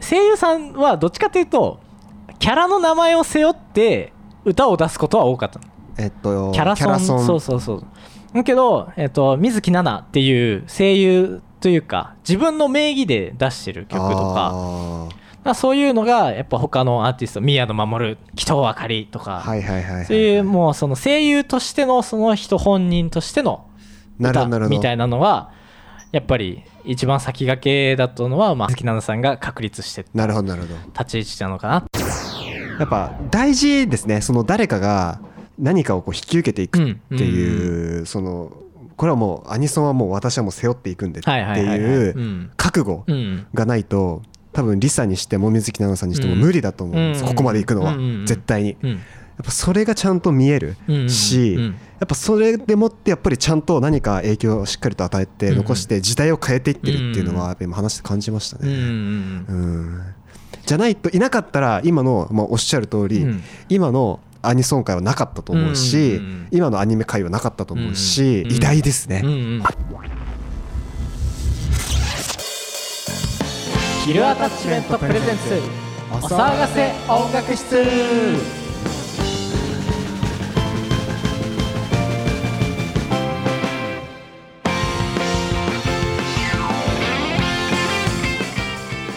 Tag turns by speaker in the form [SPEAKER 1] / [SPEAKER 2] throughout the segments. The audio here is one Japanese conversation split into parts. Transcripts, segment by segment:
[SPEAKER 1] 声優さんはどっちかっていうとキャラの名前を背負って歌を出すことは多かったの
[SPEAKER 2] えっと
[SPEAKER 1] キャラソンそうそうそうだけど、えっと、水木奈々っていう声優というか自分の名義で出してる曲とか
[SPEAKER 2] あ
[SPEAKER 1] だからそういうのがやっぱ他のアーティスト宮野真守紀藤あかりとか、
[SPEAKER 2] ーはいはいはいはい
[SPEAKER 1] そういうもうその声優としてのその人本人としての
[SPEAKER 2] なるほどなるほど
[SPEAKER 1] みたいなのはやっぱり一番先駆けだったのは、まあ、鈴木奈々さんが確立して立
[SPEAKER 2] なるほどなるほど
[SPEAKER 1] ち位置なのかな
[SPEAKER 2] やっぱ大事ですねその誰かが何かをこう引き受けていくっていう、そのこれはもうアニソンはもう私はもう背負っていくんでって
[SPEAKER 1] はいはいはい、はい、、
[SPEAKER 2] いううん覚悟
[SPEAKER 1] うん、
[SPEAKER 2] がないと多分リサにしても水木奈々さんにしても無理だと思うんです、
[SPEAKER 1] うん
[SPEAKER 2] ここまで行くのは、
[SPEAKER 1] うん
[SPEAKER 2] 絶対にや
[SPEAKER 1] うん
[SPEAKER 2] っぱそれがちゃんと見える
[SPEAKER 1] うんうん
[SPEAKER 2] し、
[SPEAKER 1] うん
[SPEAKER 2] やっぱそれでもってやっぱりちゃんと何か影響をしっかりと与えて
[SPEAKER 1] うん
[SPEAKER 2] 残して時代を変えていってるっていうのはやっぱ今話して感じました
[SPEAKER 1] うんうん
[SPEAKER 2] ね、うんじゃないといなかったら今の、まあ、おっしゃる通り、
[SPEAKER 1] うん
[SPEAKER 2] 今のアニソン界はなかったと思うし、
[SPEAKER 1] うんうんうん
[SPEAKER 2] 今のアニメ界はなかったと思う
[SPEAKER 1] う
[SPEAKER 2] し、
[SPEAKER 1] んうん
[SPEAKER 2] 偉大ですね、
[SPEAKER 1] うんうんヒルアタッチメントプレゼンツお騒がせ音楽室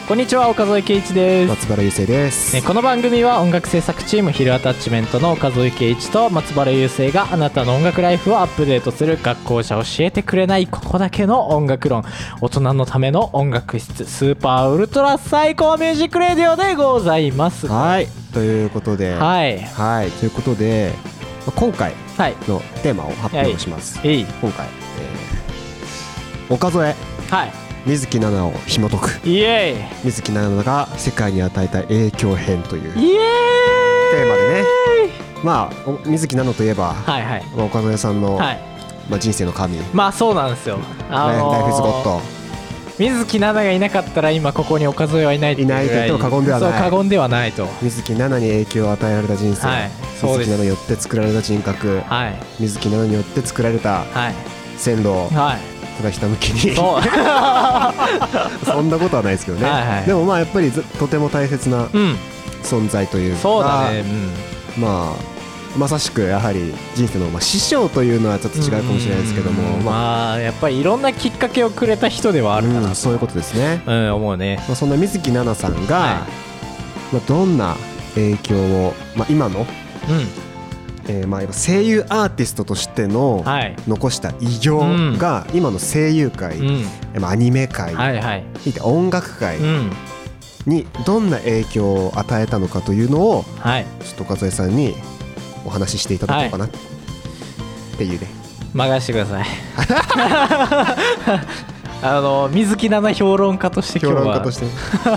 [SPEAKER 1] こんにちは岡添圭一です
[SPEAKER 2] 松原優生です、
[SPEAKER 1] えーこの番組は音楽制作チームヒルアタッチメントの岡添圭一と松原雄生があなたの音楽ライフをアップデートする学校じゃ教えてくれないここだけの音楽論大人のための音楽室スーパーウルトラ最高ミュージックレディオでございますは
[SPEAKER 2] はいということで
[SPEAKER 1] い
[SPEAKER 2] は
[SPEAKER 1] はい
[SPEAKER 2] い、ということでまあ今回
[SPEAKER 1] はい
[SPEAKER 2] のテーマを発表します、
[SPEAKER 1] えい
[SPEAKER 2] 今回、えー岡添
[SPEAKER 1] は
[SPEAKER 2] 水木奈々を紐解く
[SPEAKER 1] いイエ
[SPEAKER 2] 水木奈々が世界に与えた影響編という
[SPEAKER 1] ーイイエーイ
[SPEAKER 2] テーマでねまあお水木奈々といえば、
[SPEAKER 1] はいはい
[SPEAKER 2] まあ岡添さんの、
[SPEAKER 1] はい
[SPEAKER 2] まあ、人生の神、
[SPEAKER 1] まあそうなんですよあ
[SPEAKER 2] ライ
[SPEAKER 1] の
[SPEAKER 2] ライフズゴッ
[SPEAKER 1] ー
[SPEAKER 2] ド
[SPEAKER 1] 水木奈々がいなかったら今ここに岡添はいないってうぐら
[SPEAKER 2] いないと言っても過言ではない
[SPEAKER 1] そう過言ではないと
[SPEAKER 2] 水木奈々に影響を与えられた人生、
[SPEAKER 1] はいそうで
[SPEAKER 2] 水
[SPEAKER 1] す
[SPEAKER 2] 木奈々によって作られた人格
[SPEAKER 1] はい
[SPEAKER 2] 水木奈々によって作られた
[SPEAKER 1] はい
[SPEAKER 2] 線路を
[SPEAKER 1] はい
[SPEAKER 2] ただひたむきに
[SPEAKER 1] そう
[SPEAKER 2] そんなことはないですけどね
[SPEAKER 1] はいはい
[SPEAKER 2] でもまあやっぱりずとても大切な
[SPEAKER 1] うん
[SPEAKER 2] 存在というか
[SPEAKER 1] そうだね
[SPEAKER 2] まあまさしくやはり人生の、まあ、師匠というのはちょっと
[SPEAKER 1] うん
[SPEAKER 2] 違うかもしれないですけども
[SPEAKER 1] うん
[SPEAKER 2] まあ
[SPEAKER 1] まあやっぱりいろんなきっかけをくれた人ではあるか
[SPEAKER 2] うん
[SPEAKER 1] な
[SPEAKER 2] そういうことですね、
[SPEAKER 1] うん思うね
[SPEAKER 2] まあ、そんな水木奈々さんが、
[SPEAKER 1] は
[SPEAKER 2] まあ、どんな影響を、まあ、今の、
[SPEAKER 1] うん
[SPEAKER 2] えーまあやっぱ声優アーティストとしての、
[SPEAKER 1] はい
[SPEAKER 2] 残した偉業が今の声優界、
[SPEAKER 1] うん
[SPEAKER 2] まあアニメ界、
[SPEAKER 1] はいはい
[SPEAKER 2] いて音楽界
[SPEAKER 1] うん
[SPEAKER 2] にどんな影響を与えたのかというのを
[SPEAKER 1] はい
[SPEAKER 2] ちょっと岡添さんにお話ししていただこうかな、っていうね
[SPEAKER 1] 任してください あの水木奈々評論家として今
[SPEAKER 2] 評
[SPEAKER 1] 日は
[SPEAKER 2] 論 家としてね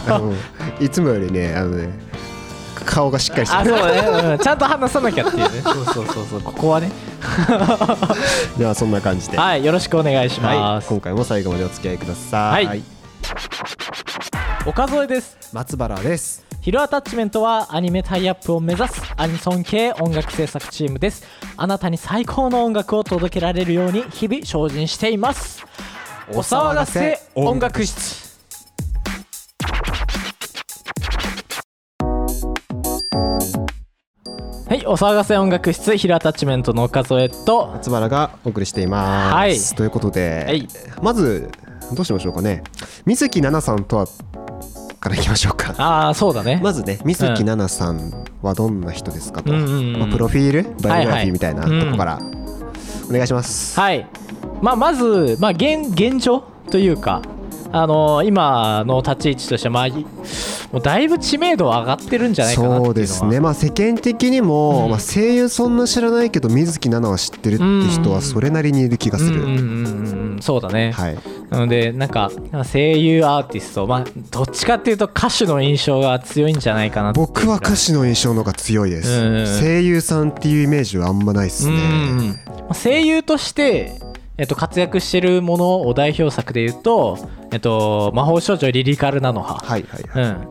[SPEAKER 2] あのいつもよりねあのね顔がしっかりして
[SPEAKER 1] あ
[SPEAKER 2] る
[SPEAKER 1] そうね、うんちゃんと話さなきゃっていうね そうそうそうそうここはね
[SPEAKER 2] ではそんな感じで、
[SPEAKER 1] はいよろしくお願いしま
[SPEAKER 2] はい、
[SPEAKER 1] す
[SPEAKER 2] 今回も最後までお付き合いください、
[SPEAKER 1] はい岡添です
[SPEAKER 2] 松原です
[SPEAKER 1] ヒルアタッチメントはアニメタイアップを目指すアニソン系音楽制作チームですあなたに最高の音楽を届けられるように日々精進していますお騒がせ音楽室はいお騒がせ音楽室ヒルアタッチメントの岡添と
[SPEAKER 2] 松原がお送りしています、
[SPEAKER 1] はい
[SPEAKER 2] ということで、
[SPEAKER 1] はい
[SPEAKER 2] まずどうしましょうかね水木奈々さんとはからいきましょうか
[SPEAKER 1] ああそうだね、
[SPEAKER 2] まずね水木奈々さんはどんな人ですかと、
[SPEAKER 1] うんうんうん
[SPEAKER 2] まあ、プロフィールバイオグラフィーみたいな
[SPEAKER 1] は
[SPEAKER 2] と
[SPEAKER 1] いはい
[SPEAKER 2] こから、お願いします、
[SPEAKER 1] はい、まあ、まず、まあ、現現状というか、あのー今の立ち位置としては、まあ、いもうだいぶ知名度は上がってるんじゃないかなっていうのは
[SPEAKER 2] そうですね、まあ、世間的にも、
[SPEAKER 1] うん
[SPEAKER 2] まあ、声優そんな知らないけど水木奈々は知ってるって人はそれなりにいる気がす
[SPEAKER 1] うん
[SPEAKER 2] る、
[SPEAKER 1] うんうんうんうんそうだね、
[SPEAKER 2] はい、
[SPEAKER 1] なのでなんか声優アーティスト、まあ、どっちかっていうと歌手の印象が強いんじゃないかなっていう
[SPEAKER 2] 僕は歌手の印象の方が強いです、
[SPEAKER 1] うんうん
[SPEAKER 2] 声優さんっていうイメージはあんまないですね、
[SPEAKER 1] うんうん声優として、えっと、活躍してるものを代表作で言うと「えっと、魔法少女リリカルなのは
[SPEAKER 2] はいはい」はい、
[SPEAKER 1] うん、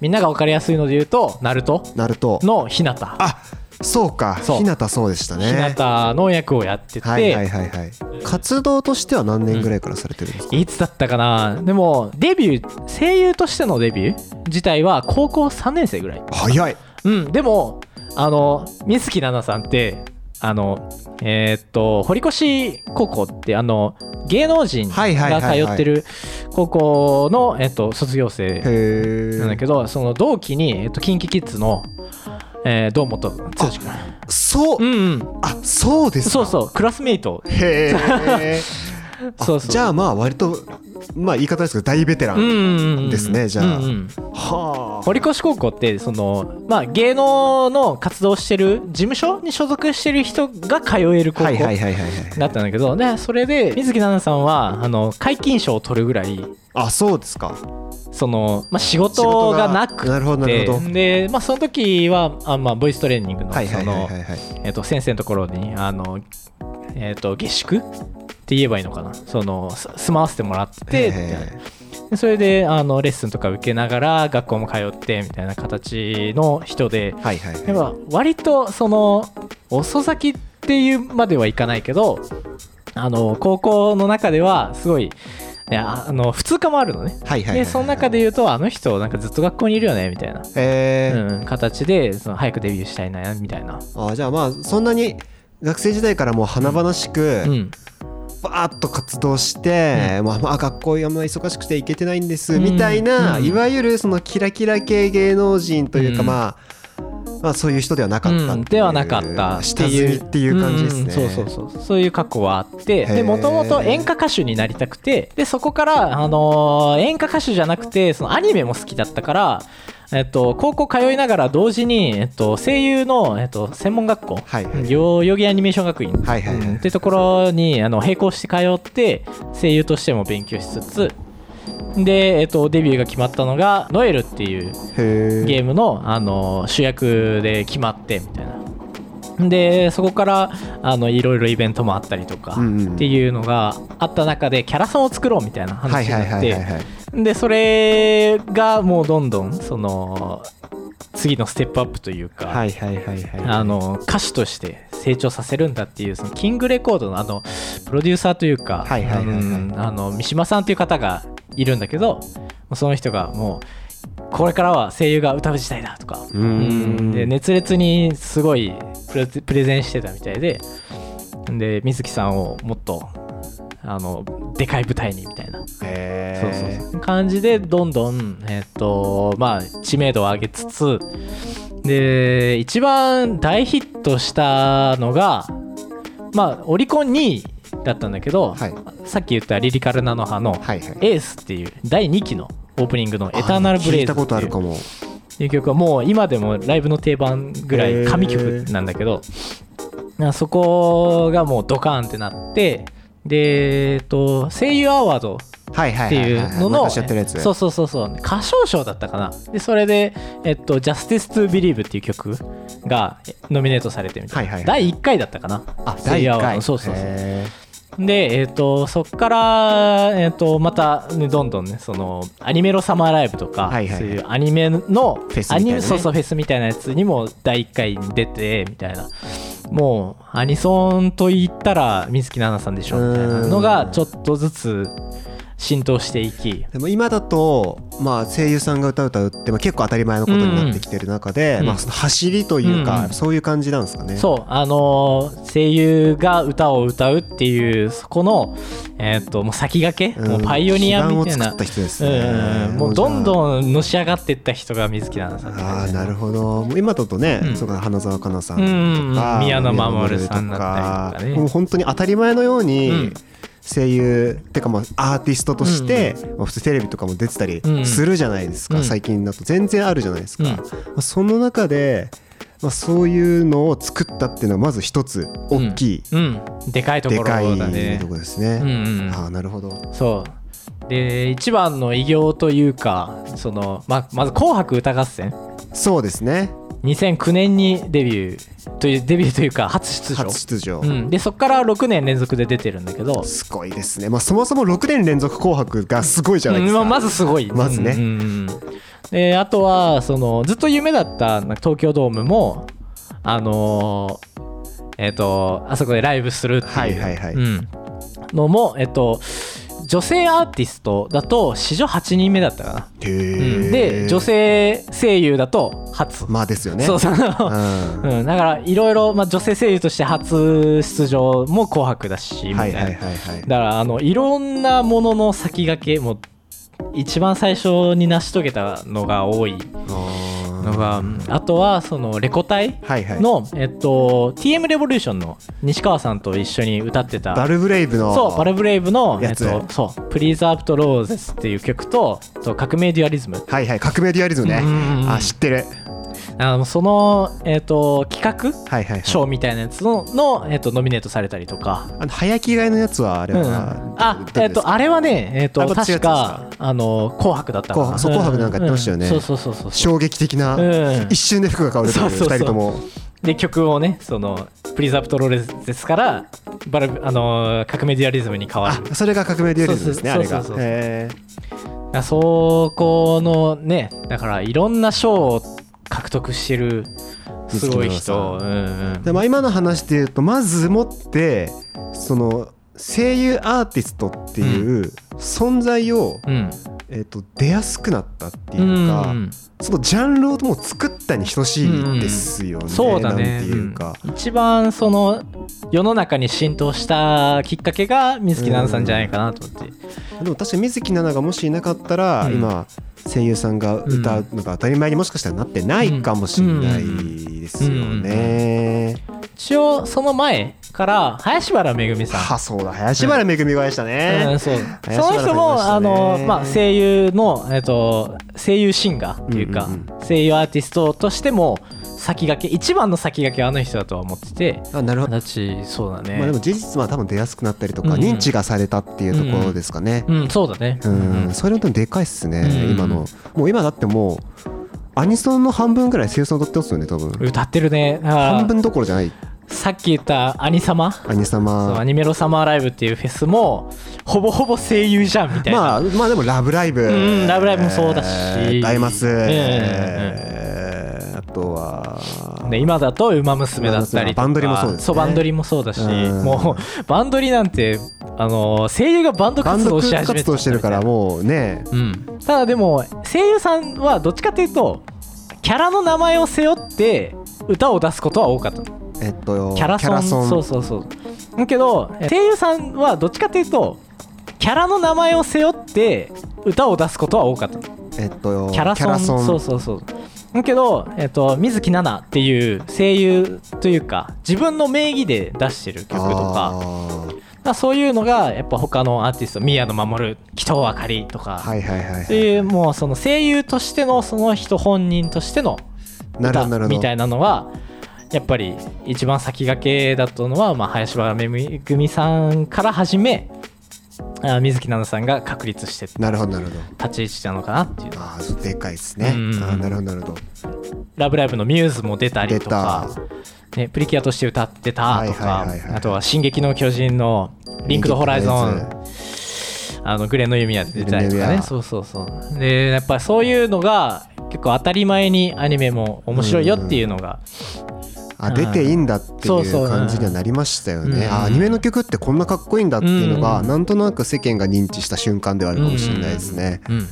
[SPEAKER 1] みんなが分かりやすいので言うと「ナルト
[SPEAKER 2] ナルト
[SPEAKER 1] のひなた
[SPEAKER 2] あそうか
[SPEAKER 1] そう
[SPEAKER 2] ひなたそうでしたね
[SPEAKER 1] ひなたの役をやってて、
[SPEAKER 2] はいはいはいはい活動としては何年ぐらいからされてるんですか、
[SPEAKER 1] いつだったかなでもデビュー声優としてのデビュー自体は高校3年生ぐらい
[SPEAKER 2] 早い
[SPEAKER 1] うんでもあの水木奈々さんってあのえーっと堀越高校ってあの芸能人が
[SPEAKER 2] はいはいはい
[SPEAKER 1] 通
[SPEAKER 2] はい
[SPEAKER 1] ってる高校の、えっと、卒業生
[SPEAKER 2] へえ
[SPEAKER 1] なんだけど、その同期に、えっと、キンキキッズの、えー、堂本剛君。
[SPEAKER 2] そう、
[SPEAKER 1] うんうん。
[SPEAKER 2] あそうです
[SPEAKER 1] そうそう、クラスメイト。
[SPEAKER 2] へ え
[SPEAKER 1] そうそう。
[SPEAKER 2] じゃあまあ割とまあ言い方ですけど大ベテラン、
[SPEAKER 1] うんうんうん、
[SPEAKER 2] ですねじゃあ
[SPEAKER 1] うんうん
[SPEAKER 2] はあ
[SPEAKER 1] 堀越高校ってその、まあ、芸能の活動してる事務所に所属してる人が通える高
[SPEAKER 2] はいはい
[SPEAKER 1] 校
[SPEAKER 2] はいはいはい
[SPEAKER 1] だったんだけど、でそれで水木奈々さんはあの皆勤賞を取るぐらい
[SPEAKER 2] あそうですか
[SPEAKER 1] その、まあ、仕事がなく
[SPEAKER 2] なるほどなる
[SPEAKER 1] て
[SPEAKER 2] ほど
[SPEAKER 1] で、まあ、その時はあ、まあ、ボイストレーニングの
[SPEAKER 2] はいは
[SPEAKER 1] そ
[SPEAKER 2] いはい
[SPEAKER 1] の
[SPEAKER 2] はいはい
[SPEAKER 1] えっと先生のところにあの、えっと下宿って言えばいいのかなそのす住まわせてもらって
[SPEAKER 2] へえ
[SPEAKER 1] でそれであのレッスンとか受けながら学校も通ってみたいな形の人で
[SPEAKER 2] はいはいはい
[SPEAKER 1] やっぱ割とその遅咲きっていうまではいかないけどあの高校の中ではすごい。いやあの普通科もあるのね、
[SPEAKER 2] はいはいはいはい
[SPEAKER 1] でその中で言うとあの人なんかずっと学校にいるよねみたいな、
[SPEAKER 2] えー
[SPEAKER 1] うん、形でその早くデビューしたいなみたいな、
[SPEAKER 2] あじゃあまあそんなに学生時代からもう華々しく
[SPEAKER 1] うん、
[SPEAKER 2] バーッと活動して、まあまあ学校あんま忙しくて行けてないんですみたいな、
[SPEAKER 1] うん
[SPEAKER 2] いわゆるそのキラキラ系芸能人という
[SPEAKER 1] う
[SPEAKER 2] か、
[SPEAKER 1] ん
[SPEAKER 2] まあまあそういう人ではなかったっていう、
[SPEAKER 1] うん、ではなかったって
[SPEAKER 2] 下
[SPEAKER 1] い
[SPEAKER 2] 積
[SPEAKER 1] う
[SPEAKER 2] みっていう感じですね、
[SPEAKER 1] うんそうそうそうそういう過去はあってで
[SPEAKER 2] へー
[SPEAKER 1] もともと演歌歌手になりたくてでそこから、あのー演歌歌手じゃなくてそのアニメも好きだったから、えっと、高校通いながら同時に、えっと、声優の、えっと、専門学校、
[SPEAKER 2] はいはい
[SPEAKER 1] 代々木アニメーション学院
[SPEAKER 2] はいはいはい
[SPEAKER 1] うんってところにあの並行して通って声優としても勉強しつつで、えっと、デビューが決まったのが「ノエル」っていう
[SPEAKER 2] へ
[SPEAKER 1] ゲームの、あの主役で決まってみたいな。でそこからあのいろいろイベントもあったりとか
[SPEAKER 2] うんうん
[SPEAKER 1] っていうのがあった中でキャラソンを作ろうみたいな
[SPEAKER 2] はい
[SPEAKER 1] 話に
[SPEAKER 2] はい
[SPEAKER 1] なっ
[SPEAKER 2] はいはい
[SPEAKER 1] て
[SPEAKER 2] はい
[SPEAKER 1] でそれがもうどんどんその次のステップアップというか、
[SPEAKER 2] はいはいはいはい
[SPEAKER 1] あの歌手として成長させるんだっていうそのキングレコードのあのプロデューサーというか
[SPEAKER 2] はいはいはいはい
[SPEAKER 1] うんあの三島さんという方がいるんだけどその人がもうこれからは声優が歌う時代だとか
[SPEAKER 2] うーん
[SPEAKER 1] うんで熱烈にすごいプレプレゼンしてたみたいでで水木さんをもっとあのでかい舞台にみたいな
[SPEAKER 2] へ
[SPEAKER 1] そうそうそう感じでどんどん、えっとまあ、知名度を上げつつで一番大ヒットしたのが、まあ、オリコン2位だったんだけど、
[SPEAKER 2] はい
[SPEAKER 1] さっき言ったリリカルナノハの
[SPEAKER 2] はい
[SPEAKER 1] 「
[SPEAKER 2] はい
[SPEAKER 1] エース」っていう第2期のオープニングの「エターナルブレイ
[SPEAKER 2] 聞い
[SPEAKER 1] ズ」
[SPEAKER 2] た
[SPEAKER 1] ってい
[SPEAKER 2] ことある
[SPEAKER 1] う
[SPEAKER 2] かも
[SPEAKER 1] いう曲はもう今でもライブの定番ぐらい神曲なんだけど、なそこがもうドカーンってなってで、えっと、声優アワード
[SPEAKER 2] はい
[SPEAKER 1] っ
[SPEAKER 2] は
[SPEAKER 1] て
[SPEAKER 2] いはいい、
[SPEAKER 1] う
[SPEAKER 2] はい、
[SPEAKER 1] のの、
[SPEAKER 2] 昔やってるやつ
[SPEAKER 1] そうそうそうそう歌唱賞だったかなでそれで、えっと「Justice to Believe」っていう曲がえノミネートされてみたいな、
[SPEAKER 2] はいはいは
[SPEAKER 1] 第1回だったかな
[SPEAKER 2] あ
[SPEAKER 1] セ
[SPEAKER 2] 第
[SPEAKER 1] イ
[SPEAKER 2] 1
[SPEAKER 1] ヤワー
[SPEAKER 2] 回
[SPEAKER 1] のそうそうそう
[SPEAKER 2] へ
[SPEAKER 1] で、えっとそっから、えっとまた、ね、どんどんねそのアニメロサマーライブとか、
[SPEAKER 2] はいはいはい
[SPEAKER 1] そういうアニメの
[SPEAKER 2] フェスみたいなね
[SPEAKER 1] アニメそうそうフェスみたいなやつにも第1回に出てみたいなもうアニソンと言ったら水木奈々さんでしょみたいなのがちょっとずつ浸透していき
[SPEAKER 2] でも今だと、まあ、声優さんが歌う歌うって、まあ、結構当たり前のことになってきてる中で、
[SPEAKER 1] うん
[SPEAKER 2] まあ、その走りという
[SPEAKER 1] うん
[SPEAKER 2] か、
[SPEAKER 1] うん
[SPEAKER 2] そういう感じなんですかね。
[SPEAKER 1] そうあのー声優が歌を歌うっていうそこの、えー、ともう先駆け、
[SPEAKER 2] ん
[SPEAKER 1] もうパイオニアみたい
[SPEAKER 2] 基盤
[SPEAKER 1] な
[SPEAKER 2] を作った人です
[SPEAKER 1] う
[SPEAKER 2] ね。
[SPEAKER 1] ん、もうどん
[SPEAKER 2] ん。
[SPEAKER 1] どんのし上がっていった人が水木奈々さん
[SPEAKER 2] ああなるほどもう今だとね、
[SPEAKER 1] うん
[SPEAKER 2] そうか花澤香菜さん
[SPEAKER 1] うん
[SPEAKER 2] とか、
[SPEAKER 1] 宮野真守さんだったりとかね
[SPEAKER 2] 宮野真守もう本当に当たり前のように、
[SPEAKER 1] うん
[SPEAKER 2] 声優ってかまあアーティストとして、まあ普通テレビとかも出てたり
[SPEAKER 1] うん
[SPEAKER 2] するじゃないですか、
[SPEAKER 1] うん
[SPEAKER 2] 最近だと全然あるじゃないですか、
[SPEAKER 1] うん
[SPEAKER 2] まあその中で、まあ、そういうのを作ったっていうのはまず一つ大きい、
[SPEAKER 1] うん、うんでかいと
[SPEAKER 2] で
[SPEAKER 1] ころ
[SPEAKER 2] かい
[SPEAKER 1] だね
[SPEAKER 2] とこです
[SPEAKER 1] うん
[SPEAKER 2] ね、
[SPEAKER 1] うん
[SPEAKER 2] ああなるほど
[SPEAKER 1] そうで一番の偉業というかそのままず「紅白歌合戦
[SPEAKER 2] そうですね」
[SPEAKER 1] 2009年にデビューというデビューというか初出場
[SPEAKER 2] 初出場、
[SPEAKER 1] うん、でそこから6年連続で出てるんだけど
[SPEAKER 2] すごいですね、まあ、そもそも6年連続「紅白」がすごいじゃないですか、
[SPEAKER 1] うんまあまずすごい
[SPEAKER 2] まずね
[SPEAKER 1] うんうんうんであとはそのずっと夢だったなんか東京ドームもあのーえっ、とあそこでライブするっていう、
[SPEAKER 2] はいはいはい
[SPEAKER 1] うんのも、えっと、女性アーティストだと史上8人目だったかな、
[SPEAKER 2] へ
[SPEAKER 1] うん
[SPEAKER 2] ー
[SPEAKER 1] で女性声優だと初、
[SPEAKER 2] まあですよね
[SPEAKER 1] そうそう、
[SPEAKER 2] うん
[SPEAKER 1] うん、だからいろいろまあ女性声優として初出場も「紅白」だしみ
[SPEAKER 2] は
[SPEAKER 1] た
[SPEAKER 2] い
[SPEAKER 1] いな、
[SPEAKER 2] はいはいはい
[SPEAKER 1] だからあのいろんなものの先駆けもう一番最初に成し遂げたのが多いの
[SPEAKER 2] あ
[SPEAKER 1] が、あとはそのレコ隊
[SPEAKER 2] ーはいはい
[SPEAKER 1] の、えっと、TM レボリューションの西川さんと一緒に歌ってた
[SPEAKER 2] バルブレイブの
[SPEAKER 1] そうバルブレイブの「え
[SPEAKER 2] や
[SPEAKER 1] っ
[SPEAKER 2] つ
[SPEAKER 1] と、そうプリーズアップとローゼス」っていう曲とえっと革命デュアリズム
[SPEAKER 2] はいはい革命デュアリズムね
[SPEAKER 1] うん
[SPEAKER 2] あ知ってる
[SPEAKER 1] あのその、えっと、企画
[SPEAKER 2] はいはいはい
[SPEAKER 1] 賞みたいなやつのの、えっと、ノミネートされたりとか
[SPEAKER 2] あの早着替えのやつはあれ
[SPEAKER 1] うん、
[SPEAKER 2] は
[SPEAKER 1] あ
[SPEAKER 2] ど、れ
[SPEAKER 1] え
[SPEAKER 2] ですか
[SPEAKER 1] っと、あれはね、えっと
[SPEAKER 2] あ、こっち
[SPEAKER 1] 確
[SPEAKER 2] が
[SPEAKER 1] か、あの、紅白だったか
[SPEAKER 2] 紅白そう紅白なんかやってましたよね
[SPEAKER 1] うんそうそうそうそうそう。
[SPEAKER 2] 衝撃的な
[SPEAKER 1] うん
[SPEAKER 2] 一瞬で服が変わるという
[SPEAKER 1] そうそうそう
[SPEAKER 2] 2人とも
[SPEAKER 1] で、曲をね、その、プリーズアップトロレスですから、バル、あの、革命デュアリズムに変わ
[SPEAKER 2] あ
[SPEAKER 1] る。
[SPEAKER 2] それが革命デュアリズムですねあ
[SPEAKER 1] そう
[SPEAKER 2] れ
[SPEAKER 1] そう
[SPEAKER 2] が
[SPEAKER 1] そうそう
[SPEAKER 2] へ
[SPEAKER 1] あそこのね、だから、いろんな賞を獲得してる、すごい人。うんうん
[SPEAKER 2] ーでまあ今の話で言うとまずもってその声優アーティストっていう存在を、
[SPEAKER 1] うん。
[SPEAKER 2] えっと出やすくなったって
[SPEAKER 1] う
[SPEAKER 2] いうか、
[SPEAKER 1] ん。
[SPEAKER 2] そのジャンルをもう作ったに等しいですよね、
[SPEAKER 1] そうだ
[SPEAKER 2] なん
[SPEAKER 1] ね
[SPEAKER 2] て。いうか、
[SPEAKER 1] うん一番、その、世の中に浸透したきっかけが、水木奈々さんじゃないかなと思って。
[SPEAKER 2] でも確かに水木奈々がもしいなかったら、
[SPEAKER 1] うん
[SPEAKER 2] 今声優さんが歌うのが当たり前にもしかしたらなってないかもしれないですよね。
[SPEAKER 1] 一応その前から林原めぐみさ
[SPEAKER 2] はそうだ林原めぐみがでした
[SPEAKER 1] ん、うん
[SPEAKER 2] ね。
[SPEAKER 1] そうそ
[SPEAKER 2] 林
[SPEAKER 1] の
[SPEAKER 2] 原めぐみでしたね
[SPEAKER 1] 人もあの、まあ、声優の、えっと、声優シンガーっていうか、
[SPEAKER 2] うんうん
[SPEAKER 1] 声優アーティストとしても先駆け一番の先駆けはあの人だとは思ってて
[SPEAKER 2] あなるほど。
[SPEAKER 1] だちそうだね、
[SPEAKER 2] まあでも事実は多分出やすくなったりとか、
[SPEAKER 1] うん
[SPEAKER 2] 認知がされたっていうところですかね。
[SPEAKER 1] うんそうだね
[SPEAKER 2] うん、それ本当にでかいっすね、
[SPEAKER 1] うん
[SPEAKER 2] 今の。もう今だってもうアニソンの半分ぐらい声優さん歌ってますよね多分。
[SPEAKER 1] 歌ってるねだから
[SPEAKER 2] 半分どころじゃない
[SPEAKER 1] さっき言った「アニサマ」
[SPEAKER 2] アニ
[SPEAKER 1] そうア
[SPEAKER 2] 様。
[SPEAKER 1] ニメロサマーライブっていうフェスもほぼほぼ声優じゃんみたいな、
[SPEAKER 2] まあまあでも「ラブライブ」
[SPEAKER 1] うんラブライブもそうだし
[SPEAKER 2] ダイマス」
[SPEAKER 1] うんうんうん
[SPEAKER 2] あとは
[SPEAKER 1] ね、今だと「ウマ娘」だったりとか
[SPEAKER 2] ウマ娘バンドリもそうですね
[SPEAKER 1] バンドリもそうだし
[SPEAKER 2] うん
[SPEAKER 1] もうバンドリなんてあの声優がバンド
[SPEAKER 2] バン
[SPEAKER 1] 活
[SPEAKER 2] ド
[SPEAKER 1] 動し始め
[SPEAKER 2] 活動してるからもうね
[SPEAKER 1] うん、ただでも声優さんはどっちかっていうとキャラの名前を背負って歌を出すことは多かった
[SPEAKER 2] えっと
[SPEAKER 1] キャラソンそうそうそうだけどえ声優さんはどっちかっていうとキャラの名前を背負って歌を出すことは多かった
[SPEAKER 2] えっと
[SPEAKER 1] キャラソンそうそうそうだけど、えっと、水木奈々っていう声優というか自分の名義で出してる曲とか
[SPEAKER 2] あー
[SPEAKER 1] だからそういうのがやっぱ他のアーティスト宮野真守鬼頭あかりとか、
[SPEAKER 2] はいはいはい
[SPEAKER 1] っていうもうその声優としてのその人本人としての
[SPEAKER 2] なる
[SPEAKER 1] 歌
[SPEAKER 2] ほどなるほど
[SPEAKER 1] みたいなのはやっぱり一番先駆けだったのは、まあ、林原めぐみさんから始めあ水木奈々さんが確立して
[SPEAKER 2] なるほどなるほど
[SPEAKER 1] 立ち位置なのかなっていう
[SPEAKER 2] ああでかいですね
[SPEAKER 1] う
[SPEAKER 2] あ
[SPEAKER 1] ん
[SPEAKER 2] ーなるほどなるほど
[SPEAKER 1] ラブライブのミューズも出たり
[SPEAKER 2] 出
[SPEAKER 1] と
[SPEAKER 2] た
[SPEAKER 1] か、ね、プリキュアとして歌ってたと
[SPEAKER 2] は
[SPEAKER 1] か
[SPEAKER 2] いはいはいはい
[SPEAKER 1] あとは「進撃の巨人」の「リンクド・ホライゾ
[SPEAKER 2] リンク
[SPEAKER 1] ン
[SPEAKER 2] ドホライ」
[SPEAKER 1] あのグレンの弓矢出たりと
[SPEAKER 2] グ
[SPEAKER 1] かね
[SPEAKER 2] レンの弓矢
[SPEAKER 1] そうそうそうでやっぱりそういうのが結構当たり前にアニメも面白いよっていうのが、
[SPEAKER 2] あ出ていいんだってい
[SPEAKER 1] そうそう
[SPEAKER 2] う感じにはなりましたよ
[SPEAKER 1] うん
[SPEAKER 2] ねあーアニメの曲ってこんなかっこいいんだっていうの
[SPEAKER 1] う
[SPEAKER 2] が
[SPEAKER 1] ん
[SPEAKER 2] なんとなく世間が認知した瞬間ではあるかもしれないですね
[SPEAKER 1] うん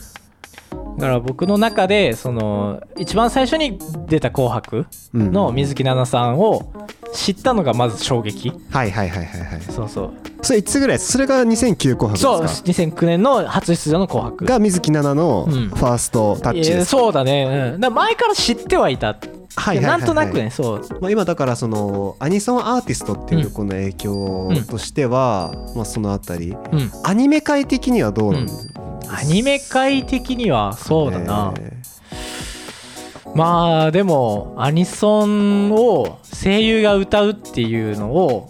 [SPEAKER 1] だから僕の中でその一番最初に出た「紅白」の水木奈々さんを知ったのがまず衝撃
[SPEAKER 2] はいはいはいはいはい
[SPEAKER 1] そうそう
[SPEAKER 2] それいつぐらいそれが2009紅
[SPEAKER 1] そう
[SPEAKER 2] 白ですか
[SPEAKER 1] 2009年の初出場の「紅白」
[SPEAKER 2] が水木奈々の
[SPEAKER 1] うん
[SPEAKER 2] ファーストタッチ
[SPEAKER 1] いや
[SPEAKER 2] です
[SPEAKER 1] そうだね、うん、だから前から知ってはいた、
[SPEAKER 2] はいはいはいはい
[SPEAKER 1] なんとなくねそう
[SPEAKER 2] まあ、今だからそのアニソンアーティストっていうこの影響としては、まあ、そのあたり
[SPEAKER 1] うん
[SPEAKER 2] アニメ界的にはどうなんですか、
[SPEAKER 1] アニメ界的にはそうだな、
[SPEAKER 2] えー
[SPEAKER 1] まあでもアニソンを声優が歌うっていうのを、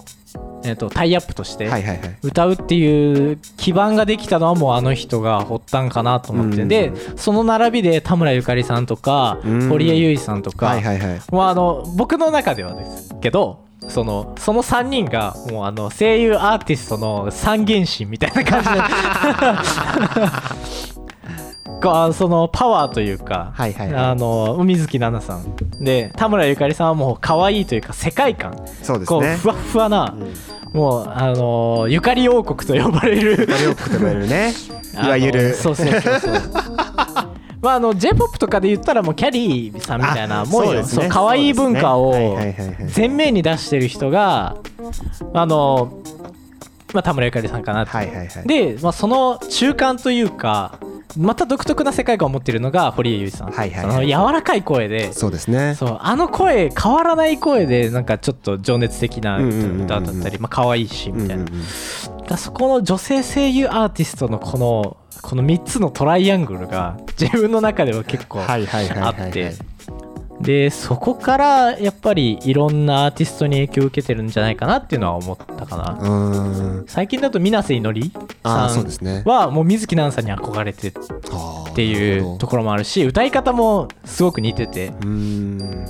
[SPEAKER 1] えっとタイアップとして
[SPEAKER 2] はいはいはい
[SPEAKER 1] 歌うっていう基盤ができたのはもうあの人が発端かなと思って、
[SPEAKER 2] うん
[SPEAKER 1] でその並びで田村ゆかりさんとか、
[SPEAKER 2] うん
[SPEAKER 1] 堀江由衣さんとか、
[SPEAKER 2] はいはいはい
[SPEAKER 1] まあ、あの僕の中ではですけどそのその3人がもうあの声優アーティストの三原神みたいな感 じでこうあのそのパワーというか、
[SPEAKER 2] はいはいはい
[SPEAKER 1] あの水木奈々さんで田村ゆかりさんはもう可愛いというか世界観
[SPEAKER 2] そうです
[SPEAKER 1] こう
[SPEAKER 2] ね
[SPEAKER 1] ふわっふわな、
[SPEAKER 2] うん
[SPEAKER 1] もうあのーゆかり王国と呼ばれる
[SPEAKER 2] よくてもらえるねいわゆ
[SPEAKER 1] あの
[SPEAKER 2] る
[SPEAKER 1] そうそうそうそうまああの J−POP とかで言ったらもうキャリーさんみたいな
[SPEAKER 2] あ
[SPEAKER 1] もう
[SPEAKER 2] そう
[SPEAKER 1] よ
[SPEAKER 2] です
[SPEAKER 1] そ
[SPEAKER 2] ね
[SPEAKER 1] う可愛い文化を
[SPEAKER 2] そうですねはいはいはいはい
[SPEAKER 1] 前面に出してる人があのまあ田村ゆかりさんかなって
[SPEAKER 2] はいはいはい
[SPEAKER 1] で、まあ、その中間というかまた独特な世界観を持ってるのが堀江由衣さん、
[SPEAKER 2] はいはい
[SPEAKER 1] そ
[SPEAKER 2] はい
[SPEAKER 1] の柔らかい声で
[SPEAKER 2] そうですね
[SPEAKER 1] そうあの声変わらない声でなんかちょっと情熱的な
[SPEAKER 2] うんうんうんうん
[SPEAKER 1] 歌だったりまあ可愛いしみたいな、
[SPEAKER 2] うんうんうん
[SPEAKER 1] だからそこの女性声優アーティストのこのこの3つのトライアングルが自分の中では結構
[SPEAKER 2] はいはいはい
[SPEAKER 1] あ
[SPEAKER 2] はいはい
[SPEAKER 1] ってでそこからやっぱりいろんなアーティストに影響を受けてるんじゃないかなっていうのは思ったかな
[SPEAKER 2] うーん
[SPEAKER 1] 最近だと水瀬いのり
[SPEAKER 2] ああ
[SPEAKER 1] さ
[SPEAKER 2] そうんですね
[SPEAKER 1] はもう水木奈々さんに憧れてっ
[SPEAKER 2] あー
[SPEAKER 1] てい
[SPEAKER 2] なるほ
[SPEAKER 1] うと
[SPEAKER 2] ど
[SPEAKER 1] ころもあるし歌い方もすごく似てて
[SPEAKER 2] うーん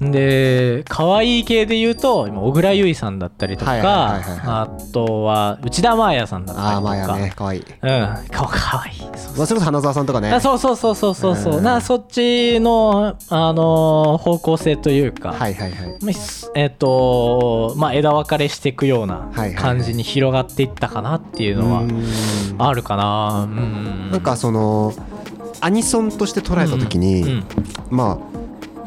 [SPEAKER 1] で可愛い系で言うと今小倉優衣さんだったりと
[SPEAKER 2] はいはいはいはい
[SPEAKER 1] かあとは内田真彩さんだった
[SPEAKER 2] あ
[SPEAKER 1] り
[SPEAKER 2] あ
[SPEAKER 1] と
[SPEAKER 2] まあ
[SPEAKER 1] か
[SPEAKER 2] やねかわいい
[SPEAKER 1] うん、かかわいい。そう
[SPEAKER 2] まあそれこそ花澤さんとかね
[SPEAKER 1] あそうそうそうそうそうそう、
[SPEAKER 2] うん
[SPEAKER 1] なそっちの、あのー方向性というか、
[SPEAKER 2] はいはいはい
[SPEAKER 1] まあすえっ、とまあ、枝分かれしていくようない
[SPEAKER 2] はいはい
[SPEAKER 1] 感じに広がっていったかなっていうのは
[SPEAKER 2] うーん
[SPEAKER 1] あるかな。うん
[SPEAKER 2] なんかそのアニソンとして捉えた時に、
[SPEAKER 1] うん
[SPEAKER 2] まあ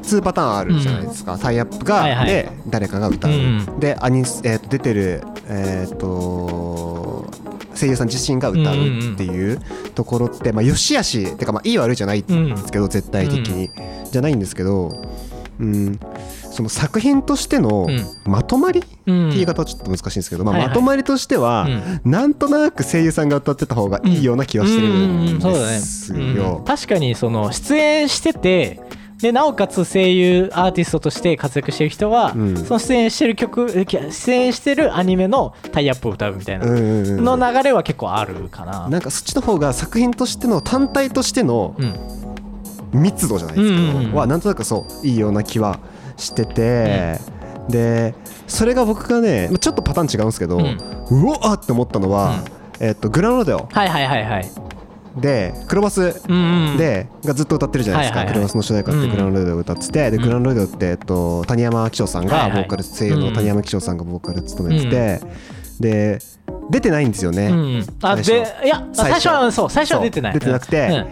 [SPEAKER 2] 2パターンあるじゃないですか、タイアップが、
[SPEAKER 1] はいはい
[SPEAKER 2] で誰かが歌う、
[SPEAKER 1] うん
[SPEAKER 2] でアニ、えーと出てる、えー、と声優さん自身が歌うっていうところって、まあ、よしあしってかまあいい悪いじゃないん
[SPEAKER 1] う
[SPEAKER 2] で
[SPEAKER 1] ん
[SPEAKER 2] すけど、絶対的に、じゃないんですけど、うん、その作品としての
[SPEAKER 1] うん
[SPEAKER 2] まとまり、
[SPEAKER 1] うん
[SPEAKER 2] って言い方はちょっと難しいんですけど、まあ
[SPEAKER 1] はいはい
[SPEAKER 2] まとまりとしては、なんとなく声優さんが歌ってた方がいいような気はして
[SPEAKER 1] う
[SPEAKER 2] る
[SPEAKER 1] んうん
[SPEAKER 2] ん
[SPEAKER 1] うんそうだね
[SPEAKER 2] です
[SPEAKER 1] うん
[SPEAKER 2] よ。
[SPEAKER 1] 確かにその出演しててでなおかつ声優アーティストとして活躍してる人は、
[SPEAKER 2] うん
[SPEAKER 1] その出演してる曲えき出演してるアニメのタイアップを歌うみたいな、
[SPEAKER 2] うんうんうん
[SPEAKER 1] の流れは結構あるかな。
[SPEAKER 2] なんかそっちの方が作品としての単体としての
[SPEAKER 1] うん
[SPEAKER 2] 密度じゃないですけど、
[SPEAKER 1] うんうんうん
[SPEAKER 2] はなんとなくそういいような気はしてて、でそれが僕がねちょっとパターン違うんですけど、
[SPEAKER 1] う
[SPEAKER 2] うんおーって思ったのは、えっとグラノロデオ
[SPEAKER 1] はいはいはいはい。
[SPEAKER 2] で黒バス
[SPEAKER 1] うんうん、
[SPEAKER 2] で、がずっと歌ってるじゃないですか、
[SPEAKER 1] はいはいはい
[SPEAKER 2] クロスの主題歌ってグランドレディオ歌ってて、
[SPEAKER 1] ん
[SPEAKER 2] でグランドレディオって、えっと、谷山紀章さん
[SPEAKER 1] はい
[SPEAKER 2] が
[SPEAKER 1] は
[SPEAKER 2] ボ
[SPEAKER 1] い
[SPEAKER 2] ーカル、声優の谷山紀章さんがボーカル務めてて、で出てないんですよね、
[SPEAKER 1] うん、あで
[SPEAKER 2] 最
[SPEAKER 1] いや最
[SPEAKER 2] 最
[SPEAKER 1] 初
[SPEAKER 2] 初
[SPEAKER 1] はそう最初は出てない
[SPEAKER 2] そう出てなくて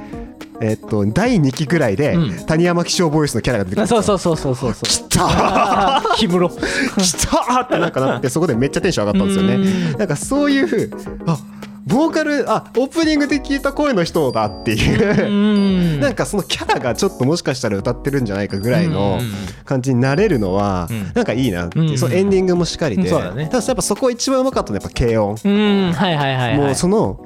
[SPEAKER 2] えっと第2期ぐらいで、
[SPEAKER 1] うん
[SPEAKER 2] 谷山紀章ボイスのキャラが出て
[SPEAKER 1] うん
[SPEAKER 2] く
[SPEAKER 1] あ
[SPEAKER 2] る
[SPEAKER 1] そうそうそうそうそうそう
[SPEAKER 2] きたー
[SPEAKER 1] あー氷室
[SPEAKER 2] きたーってなんかなってそこでめっちゃテンション上がったんですよ
[SPEAKER 1] う
[SPEAKER 2] ねなんかそういうあボーカルあオープニングで聞いた声の人だっていう
[SPEAKER 1] う、ん
[SPEAKER 2] なんかそのキャラがちょっともしかしたら歌ってるんじゃないかぐらい
[SPEAKER 1] うん
[SPEAKER 2] の
[SPEAKER 1] うんうん
[SPEAKER 2] 感じになれるのは
[SPEAKER 1] うん
[SPEAKER 2] なんかいいなっていう
[SPEAKER 1] うんうん
[SPEAKER 2] そのエンディングもしっかり
[SPEAKER 1] うん
[SPEAKER 2] で
[SPEAKER 1] そうだね
[SPEAKER 2] ただやっぱそこ一番うまかったのはやっぱ軽音
[SPEAKER 1] うんはいはいはいはい
[SPEAKER 2] もうその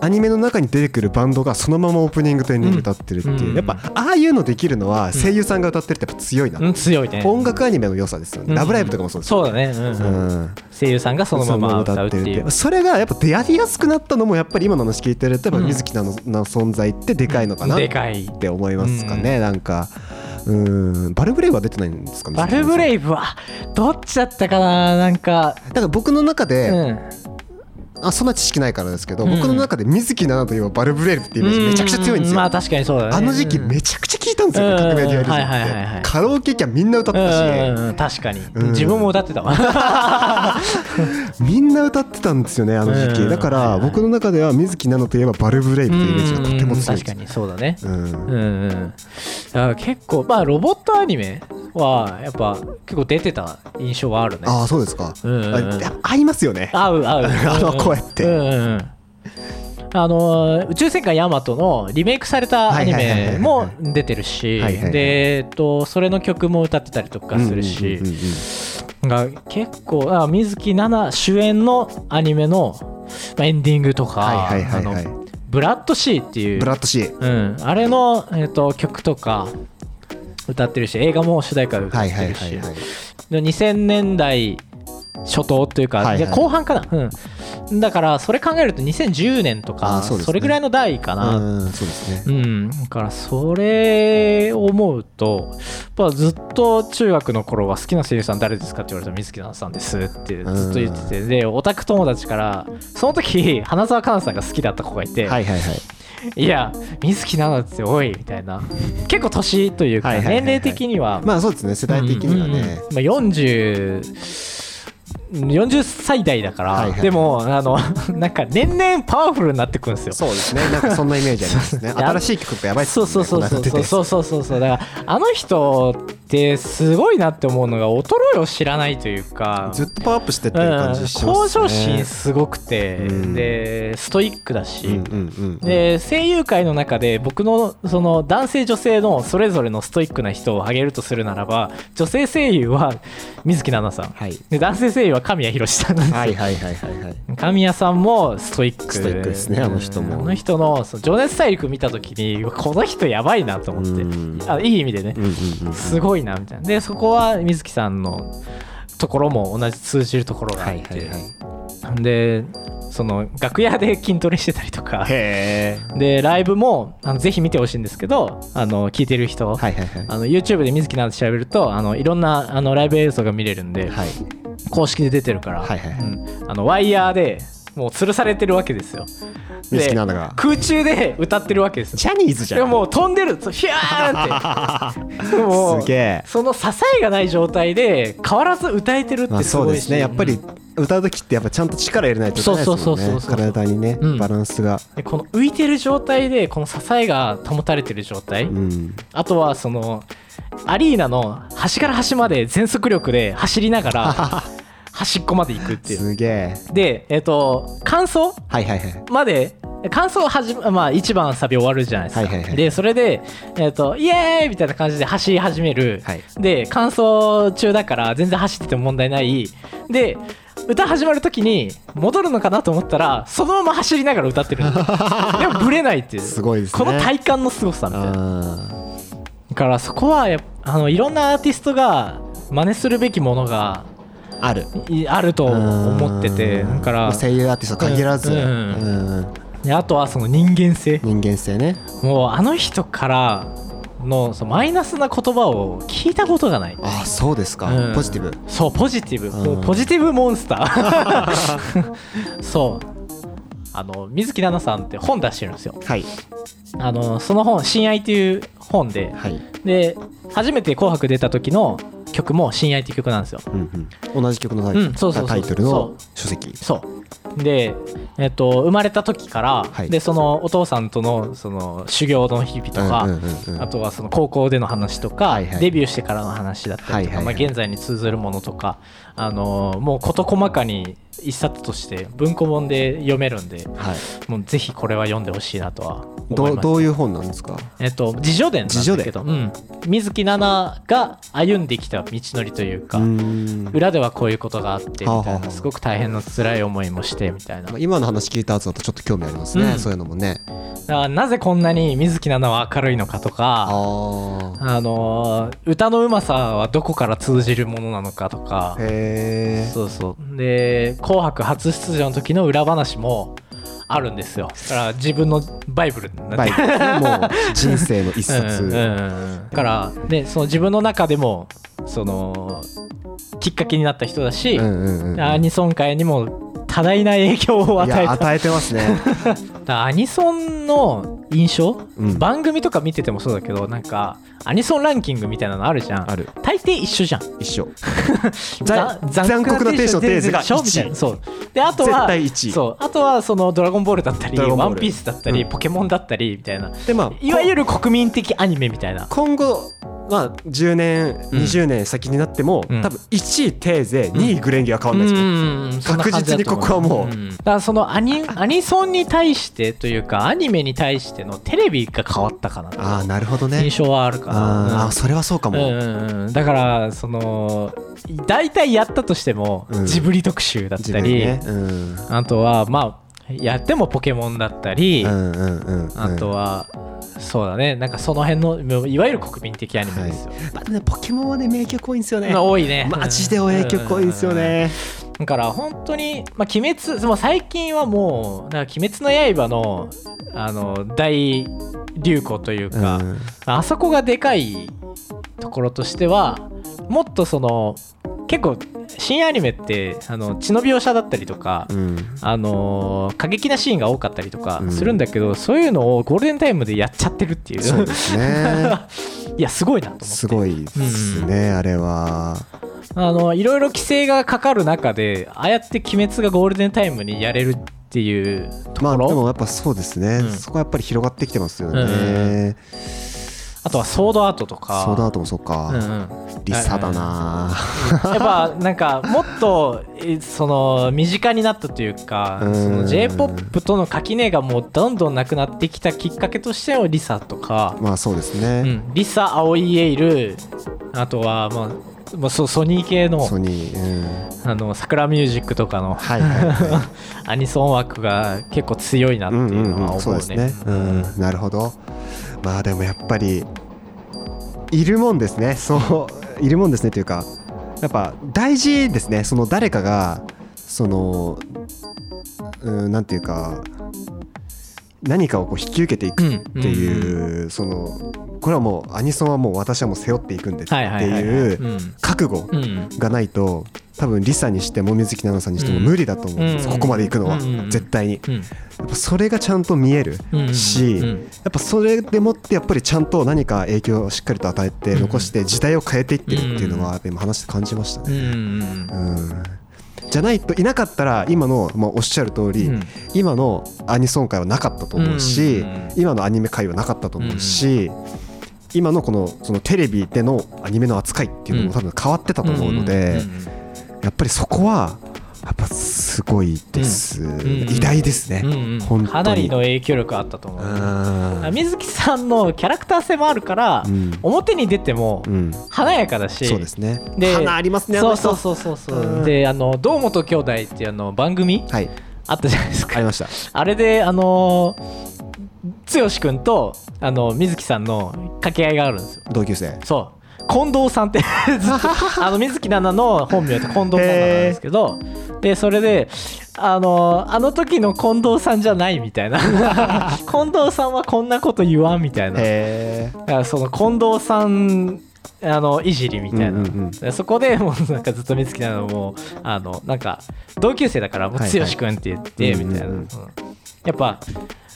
[SPEAKER 2] アニメの中に出てくるバンドがそのままオープニングとエンディング歌ってるって
[SPEAKER 1] うんう
[SPEAKER 2] い
[SPEAKER 1] ん
[SPEAKER 2] うやっぱああいうのできるのは声優さんが歌ってるってやっぱ強いな
[SPEAKER 1] うん強いね
[SPEAKER 2] 音楽アニメの良さですよね「ラブライブ!」とかもそうです
[SPEAKER 1] そう
[SPEAKER 2] よ
[SPEAKER 1] だね、うんうん
[SPEAKER 2] うん
[SPEAKER 1] 声優さんがそのまま歌うっていう
[SPEAKER 2] それがやっぱ出会いやすくなったのもやっぱり今の話聞いてるとやっぱ水木さんのの存在ってでかいのかな
[SPEAKER 1] でかい
[SPEAKER 2] って思いますかね、なんかうんバルブレイブは出てないんですかね
[SPEAKER 1] バルブ
[SPEAKER 2] イ
[SPEAKER 1] レイブはどっちだったかななんか、
[SPEAKER 2] だから僕の中で、
[SPEAKER 1] うん、
[SPEAKER 2] あそんな知識ないからですけど、
[SPEAKER 1] うん
[SPEAKER 2] 僕の中で水木奈々といえばバルブレイブってイメージめちゃくちゃ強いんです
[SPEAKER 1] う
[SPEAKER 2] よ、
[SPEAKER 1] まあ確かにそうだね
[SPEAKER 2] あの時期
[SPEAKER 1] うん
[SPEAKER 2] めちゃくちゃ聞いたんですよ、
[SPEAKER 1] うん
[SPEAKER 2] 革命デュアリズムって、
[SPEAKER 1] はいはいはいはい
[SPEAKER 2] カラオケキャみんな歌っ
[SPEAKER 1] う
[SPEAKER 2] てたし、
[SPEAKER 1] んうんうん確かに、
[SPEAKER 2] ん
[SPEAKER 1] 自分も歌ってたわ
[SPEAKER 2] みんな歌ってたんですよねあの時期、
[SPEAKER 1] うん
[SPEAKER 2] だか
[SPEAKER 1] はい
[SPEAKER 2] ら
[SPEAKER 1] はい
[SPEAKER 2] 僕の中では水木奈々といえばバルブレイブというイメージがとても強い
[SPEAKER 1] 確
[SPEAKER 2] んです
[SPEAKER 1] か
[SPEAKER 2] よ
[SPEAKER 1] にそうだね
[SPEAKER 2] うん
[SPEAKER 1] うんうんだから結構まあロボットアニメはやっぱ結構出てた印象はあるね
[SPEAKER 2] ああそうですか、
[SPEAKER 1] うんうんうん
[SPEAKER 2] あやっぱ合いますよね
[SPEAKER 1] 合う合う
[SPEAKER 2] あの声って
[SPEAKER 1] うんうんうんあのー宇宙戦艦ヤマトのリメイクされたアニメも出てるし
[SPEAKER 2] はいはいはいはい
[SPEAKER 1] でえっとそれの曲も歌ってたりとかするし
[SPEAKER 2] うんうんうんうん
[SPEAKER 1] が結構あ水木奈々主演のアニメのまあエンディングとか
[SPEAKER 2] はいはいはいはい
[SPEAKER 1] あのブラッドシーっていう
[SPEAKER 2] ブラッドシー
[SPEAKER 1] うん、あれの、えー、と曲とか歌ってるし映画も主題歌で歌
[SPEAKER 2] は
[SPEAKER 1] っ
[SPEAKER 2] いは
[SPEAKER 1] て
[SPEAKER 2] い
[SPEAKER 1] る
[SPEAKER 2] は
[SPEAKER 1] し
[SPEAKER 2] いはい
[SPEAKER 1] で2000年代初頭というか、
[SPEAKER 2] はいはい
[SPEAKER 1] いや後半かな、うん、だからそれ考えると2010年とか
[SPEAKER 2] あー
[SPEAKER 1] そ,、
[SPEAKER 2] そうですね
[SPEAKER 1] れぐらいの代かな、うん
[SPEAKER 2] うんそうですね
[SPEAKER 1] だからそれを思うとやっぱずっと中学の頃は好きな声優さん誰ですかって言われたら水木奈々さんですってずっと言ってて、でオタク友達からその時花澤香菜さんが好きだった子がいて、
[SPEAKER 2] はいはいはい
[SPEAKER 1] いや、水木奈々っておいみたいな、結構年というか、
[SPEAKER 2] はいはいはいはい
[SPEAKER 1] 年齢的には、
[SPEAKER 2] まあそうですね世代的にはね
[SPEAKER 1] うんうんうんまあ、40 40歳代だから、
[SPEAKER 2] はいはい
[SPEAKER 1] でもあの なんか年々パワフルになってくんですよ
[SPEAKER 2] そうですねなんかそんなイメージありますね
[SPEAKER 1] そうそう
[SPEAKER 2] 新しい曲がやばいっす
[SPEAKER 1] そ
[SPEAKER 2] も
[SPEAKER 1] うん
[SPEAKER 2] ね
[SPEAKER 1] そうそうそう
[SPEAKER 2] こなってて
[SPEAKER 1] そうそうそうそうだからあの人ってすごいなって思うのが衰えを知らないというか
[SPEAKER 2] ずっとパワーアップしてってる感じしますね
[SPEAKER 1] うん向上心すごくて、
[SPEAKER 2] うん
[SPEAKER 1] でストイックだし、
[SPEAKER 2] うんうんうんうん
[SPEAKER 1] で声優界の中で僕のその男性女性のそれぞれのストイックな人を挙げるとするならば女性声優は水木奈々さん
[SPEAKER 2] はい
[SPEAKER 1] で男性声優は神谷博史さんなんですよ、
[SPEAKER 2] はいはいはいはいはい
[SPEAKER 1] 神谷さんもストイック
[SPEAKER 2] ストイックですねあの人も
[SPEAKER 1] うんあの人のその情熱大陸見た時にこの人やばいなと思って、
[SPEAKER 2] うん
[SPEAKER 1] あいい意味でね、
[SPEAKER 2] うんうんうん
[SPEAKER 1] すごいなみたいなでそこは水木さんのところも同じ通じるところがあ
[SPEAKER 2] は
[SPEAKER 1] っ
[SPEAKER 2] い
[SPEAKER 1] て、
[SPEAKER 2] はいはい
[SPEAKER 1] でその楽屋で筋トレしてたりとか
[SPEAKER 2] へえ
[SPEAKER 1] でライブもあのぜひ見てほしいんですけどあの聞いてる人、
[SPEAKER 2] はいはいはい
[SPEAKER 1] あの YouTube で水木なんて調べるとあのいろんなあのライブ映像が見れるんで、
[SPEAKER 2] はい
[SPEAKER 1] 公式で出てるから、
[SPEAKER 2] はいはいはい
[SPEAKER 1] うんあのワイヤーでもう吊るされてるわけですよ
[SPEAKER 2] 水木
[SPEAKER 1] で
[SPEAKER 2] 奈々が
[SPEAKER 1] 空中で歌ってるわけですよ
[SPEAKER 2] ジャニーズじ
[SPEAKER 1] で
[SPEAKER 2] ゃん
[SPEAKER 1] ももう飛んでるヒューンって もう
[SPEAKER 2] すげえ
[SPEAKER 1] その支えがない状態で変わらず歌えてるっ
[SPEAKER 2] ま
[SPEAKER 1] て
[SPEAKER 2] あ
[SPEAKER 1] す
[SPEAKER 2] そう
[SPEAKER 1] ご
[SPEAKER 2] で
[SPEAKER 1] いし、
[SPEAKER 2] すねやっぱり歌う時ってやっぱちゃんと力入れないといけないですもんね
[SPEAKER 1] そうそうそうそうそう
[SPEAKER 2] 体にね
[SPEAKER 1] うん
[SPEAKER 2] バランスが、
[SPEAKER 1] でこの浮いてる状態でこの支えが保たれてる状態、
[SPEAKER 2] うん、
[SPEAKER 1] あとはそのアリーナの端から端まで全速力で走りながら 端っこまで行くっていう
[SPEAKER 2] すげえ
[SPEAKER 1] でえっ、と感想
[SPEAKER 2] はいはいはい
[SPEAKER 1] まで感想はじま、まあ、1番サビ終わるじゃないですか、
[SPEAKER 2] はいはいはい
[SPEAKER 1] でそれで、えっとイエーイみたいな感じで走り始める、
[SPEAKER 2] はい
[SPEAKER 1] で乾燥中だから全然走ってても問題ないで歌始まるときに戻るのかなと思ったらそのまま走りながら歌 ってるんですよでもブレないっていう
[SPEAKER 2] すごいですね
[SPEAKER 1] この体感のすごさみたいなだ
[SPEAKER 2] あ
[SPEAKER 1] からそこはやっあのいろんなアーティストが真似するべきものが
[SPEAKER 2] ーある
[SPEAKER 1] いあると思ってて
[SPEAKER 2] うん
[SPEAKER 1] だか
[SPEAKER 2] ま
[SPEAKER 1] ら
[SPEAKER 2] あ声優アーティスト限らず、
[SPEAKER 1] うん
[SPEAKER 2] うん
[SPEAKER 1] であとはその人間性
[SPEAKER 2] 人間性ね
[SPEAKER 1] もうあの人からのそのマイナスな言葉を聞いたことがない
[SPEAKER 2] ああそうですか、
[SPEAKER 1] うん
[SPEAKER 2] ポジティブ
[SPEAKER 1] そうポジティブ、
[SPEAKER 2] うん
[SPEAKER 1] もうポジティブモンスター そうあの水木奈々さんって本出してるんですよ
[SPEAKER 2] はい
[SPEAKER 1] あのその本「親愛」っていう本で
[SPEAKER 2] はい、
[SPEAKER 1] で初めて「紅白」出た時の曲も「親愛」っていう曲なんですよ
[SPEAKER 2] うんうん、同じ曲のタイトル,、
[SPEAKER 1] うんそうそうそう
[SPEAKER 2] タイトル
[SPEAKER 1] そ
[SPEAKER 2] の
[SPEAKER 1] う
[SPEAKER 2] 書籍
[SPEAKER 1] そうで、えっと生まれた時から、
[SPEAKER 2] はい
[SPEAKER 1] でそのお父さんとのその修行の日々とか、
[SPEAKER 2] うんうんうんうん
[SPEAKER 1] あとはその高校での話とか、
[SPEAKER 2] はいはい
[SPEAKER 1] デビューしてからの話だったりとか、
[SPEAKER 2] はいはいはい
[SPEAKER 1] まあ、現在に通ずるものとか、あのーもう事細かに一冊として文庫本で読めるんで
[SPEAKER 2] はい
[SPEAKER 1] もうぜひこれは読んでほしいなとは思い
[SPEAKER 2] ど
[SPEAKER 1] ます。
[SPEAKER 2] どういう本なんですか
[SPEAKER 1] えっと、自叙伝なんだけど、うん、水木奈々が歩んできた道のりというか、
[SPEAKER 2] うーん
[SPEAKER 1] 裏ではこういうことがあってみ
[SPEAKER 2] はあ
[SPEAKER 1] たい
[SPEAKER 2] は
[SPEAKER 1] な
[SPEAKER 2] あ
[SPEAKER 1] すごく大変な辛い思いもしてみたいな
[SPEAKER 2] まあ今の話聞いた後だとちょっと興味ありますね、
[SPEAKER 1] うん
[SPEAKER 2] そういうのもね
[SPEAKER 1] だからなぜこんなに水木奈々は明るいのかとかあ
[SPEAKER 2] あ
[SPEAKER 1] のー歌のうまさはどこから通じるものなのかとか
[SPEAKER 2] あへえ
[SPEAKER 1] そうそうで「紅白」初出場の時の裏話もあるんですよだから自分のバイブルになっ
[SPEAKER 2] バ
[SPEAKER 1] て
[SPEAKER 2] イ
[SPEAKER 1] る
[SPEAKER 2] ブ ルもう人生の一冊、
[SPEAKER 1] うんうんうんだからでその自分の中でもそのきっかけになった人だし、
[SPEAKER 2] うんうんうんうん
[SPEAKER 1] アニソン界にも多大な影響を
[SPEAKER 2] い
[SPEAKER 1] 与え
[SPEAKER 2] や
[SPEAKER 1] た
[SPEAKER 2] 与えてますね
[SPEAKER 1] だからアニソンの印象、
[SPEAKER 2] うん
[SPEAKER 1] 番組とか見ててもそうだけどなんかアニソンランキングみたいなのあるじゃん
[SPEAKER 2] ある
[SPEAKER 1] 大抵一緒じゃん
[SPEAKER 2] 一緒
[SPEAKER 1] ざ
[SPEAKER 2] ざ残酷な天使のテーゼが
[SPEAKER 1] 残酷な天使のテーゼでしょみたいな
[SPEAKER 2] 1
[SPEAKER 1] そうであとは
[SPEAKER 2] 絶対一位
[SPEAKER 1] そうあとはその「ドラゴンボール」だったり「
[SPEAKER 2] ドラゴンボ
[SPEAKER 1] ワ
[SPEAKER 2] ール
[SPEAKER 1] ンピース」だったり、
[SPEAKER 2] うん
[SPEAKER 1] ポケモン」だったりみたいな
[SPEAKER 2] でまあ
[SPEAKER 1] いわゆる国民的アニメみたいな
[SPEAKER 2] 今後まあ10年
[SPEAKER 1] うん
[SPEAKER 2] 20年先になっても、
[SPEAKER 1] うん
[SPEAKER 2] 多分1位テーゼ2位グレンギは変わんないですね、
[SPEAKER 1] うんそんな感じだと思
[SPEAKER 2] 確実にここはもうん
[SPEAKER 1] だからそのアニアニソンに対してというかアニメに対してのテレビが変わったかなと
[SPEAKER 2] ああなるほどね
[SPEAKER 1] 印象はあるかな、うん
[SPEAKER 2] あーあそれはそうか
[SPEAKER 1] うん
[SPEAKER 2] も、
[SPEAKER 1] うんうん、だからその大体やったとしても、
[SPEAKER 2] うん
[SPEAKER 1] ジブリ特集だっ
[SPEAKER 2] 自
[SPEAKER 1] た
[SPEAKER 2] 分
[SPEAKER 1] り、
[SPEAKER 2] ねうん
[SPEAKER 1] あとはまあやってもポケモンだったり、
[SPEAKER 2] うんうんうんうん
[SPEAKER 1] あとは、そうだねなんかその辺のもういわゆる国民的アニメですよ、
[SPEAKER 2] まあでもねポケモンはね名曲多いんですよね
[SPEAKER 1] まあ多いね
[SPEAKER 2] マジでお影曲多いんですよね
[SPEAKER 1] だから本当にまあ鬼滅もう最近はもうなんか鬼滅の刃のあの大流行というか、
[SPEAKER 2] うん
[SPEAKER 1] あそこがでかいところとしてはもっとその結構新アニメってあの血の描写だったりとか、
[SPEAKER 2] うん
[SPEAKER 1] あのー過激なシーンが多かったりとか
[SPEAKER 2] うん
[SPEAKER 1] するんだけど、そういうのをゴールデンタイムでやっちゃってるっていう
[SPEAKER 2] そうですね
[SPEAKER 1] いやすごいなと思って
[SPEAKER 2] すごいですね、あれは
[SPEAKER 1] あのいろいろ規制がかかる中でああやって「鬼滅」がゴールデンタイムにやれるっていうと
[SPEAKER 2] ま
[SPEAKER 1] こ
[SPEAKER 2] あ
[SPEAKER 1] ろ、
[SPEAKER 2] でもやっぱそうですね、
[SPEAKER 1] うん
[SPEAKER 2] そこはやっぱり広がってきてますよね、
[SPEAKER 1] うんうんあとはソードアートとか
[SPEAKER 2] ソードアートもそうか、
[SPEAKER 1] うんうん、
[SPEAKER 2] リサだな、
[SPEAKER 1] やっぱなんかもっとえその身近になったというか
[SPEAKER 2] うん
[SPEAKER 1] その j p o p との垣根がもうどんどんなくなってきたきっかけとしてのリサとか、
[SPEAKER 2] まあそうです
[SPEAKER 1] う
[SPEAKER 2] ね、
[SPEAKER 1] ん、リサ青いエイルあとは、まあまあ、そうソニー系の
[SPEAKER 2] ソニー、うん、
[SPEAKER 1] あの桜ミュージックとかの
[SPEAKER 2] はいはいは
[SPEAKER 1] アニソン枠が結構強いなっ
[SPEAKER 2] い
[SPEAKER 1] て
[SPEAKER 2] う
[SPEAKER 1] い
[SPEAKER 2] んう
[SPEAKER 1] うんの
[SPEAKER 2] ん
[SPEAKER 1] は
[SPEAKER 2] うんそう
[SPEAKER 1] 思
[SPEAKER 2] で
[SPEAKER 1] う
[SPEAKER 2] す
[SPEAKER 1] ね。
[SPEAKER 2] ね、うん、なるほどまあでもやっぱりいるもんですねそういるもんですねというかやっぱ大事ですねその誰かがそのうんなんていうか何かをこう引き受けていく
[SPEAKER 1] うん
[SPEAKER 2] っていう、そのこれはもうアニソンはもう私はもう背負っていくんですって
[SPEAKER 1] はいはいはいはい
[SPEAKER 2] いう
[SPEAKER 1] うん
[SPEAKER 2] 覚悟
[SPEAKER 1] うん
[SPEAKER 2] がないと多分リサにしても水木奈々さんにしても
[SPEAKER 1] うん
[SPEAKER 2] 無理だと思うんです、
[SPEAKER 1] うん
[SPEAKER 2] ここまで行くのは、
[SPEAKER 1] うん
[SPEAKER 2] 絶対に
[SPEAKER 1] うん
[SPEAKER 2] やっぱそれがちゃんと見える
[SPEAKER 1] うんうん
[SPEAKER 2] し、
[SPEAKER 1] うん
[SPEAKER 2] やっぱそれでもってやっぱりちゃんと何か影響をしっかりと与えて
[SPEAKER 1] うん
[SPEAKER 2] 残して時代を変えていってるっていうのはやっぱ今話して感じました
[SPEAKER 1] う
[SPEAKER 2] ね。
[SPEAKER 1] んうん
[SPEAKER 2] うんじゃないといなかったら今の、まあ、おっしゃる通り、
[SPEAKER 1] うん
[SPEAKER 2] 今のアニソン界はなかったと思うし、
[SPEAKER 1] うん
[SPEAKER 2] 今のアニメ界はなかったと思うし、今のこのそのテレビでのアニメの扱いっていうのも多分変わってたと思うので。
[SPEAKER 1] んんん
[SPEAKER 2] やっぱりそこはやっぱすごいです、
[SPEAKER 1] ん
[SPEAKER 2] 偉大ですね、
[SPEAKER 1] うん
[SPEAKER 2] 本当
[SPEAKER 1] うん、
[SPEAKER 2] に
[SPEAKER 1] かなりの影響力あったと思
[SPEAKER 2] う
[SPEAKER 1] う。
[SPEAKER 2] ん
[SPEAKER 1] 水木さんのキャラクター性もあるから、
[SPEAKER 2] うん
[SPEAKER 1] 表に出ても
[SPEAKER 2] うん
[SPEAKER 1] 華やかだし、
[SPEAKER 2] そうですね
[SPEAKER 1] で
[SPEAKER 2] 花ありますね
[SPEAKER 1] そうそう
[SPEAKER 2] う
[SPEAKER 1] そうそうそううんであの堂本兄弟っていうあの番組
[SPEAKER 2] はい
[SPEAKER 1] あったじゃないです
[SPEAKER 2] あり
[SPEAKER 1] か
[SPEAKER 2] ました
[SPEAKER 1] あれであの剛君とあの水木さんの掛け合いがあるんですよ
[SPEAKER 2] 同級生
[SPEAKER 1] そう近藤さんって ずっとあの水木奈々の本名って近藤奈々なんですけどでそれであのあの時の近藤さんじゃないみたいな 近藤さんはこんなこと言わんみたいな
[SPEAKER 2] へ
[SPEAKER 1] だからその近藤さんあのいじりみたいな、
[SPEAKER 2] うんうん
[SPEAKER 1] そこでもうなんかずっと美月なのもあのなんか同級生だからもう
[SPEAKER 2] はい
[SPEAKER 1] 剛
[SPEAKER 2] はい
[SPEAKER 1] 君って言って
[SPEAKER 2] うんうんうん
[SPEAKER 1] みたいな、うんやっぱ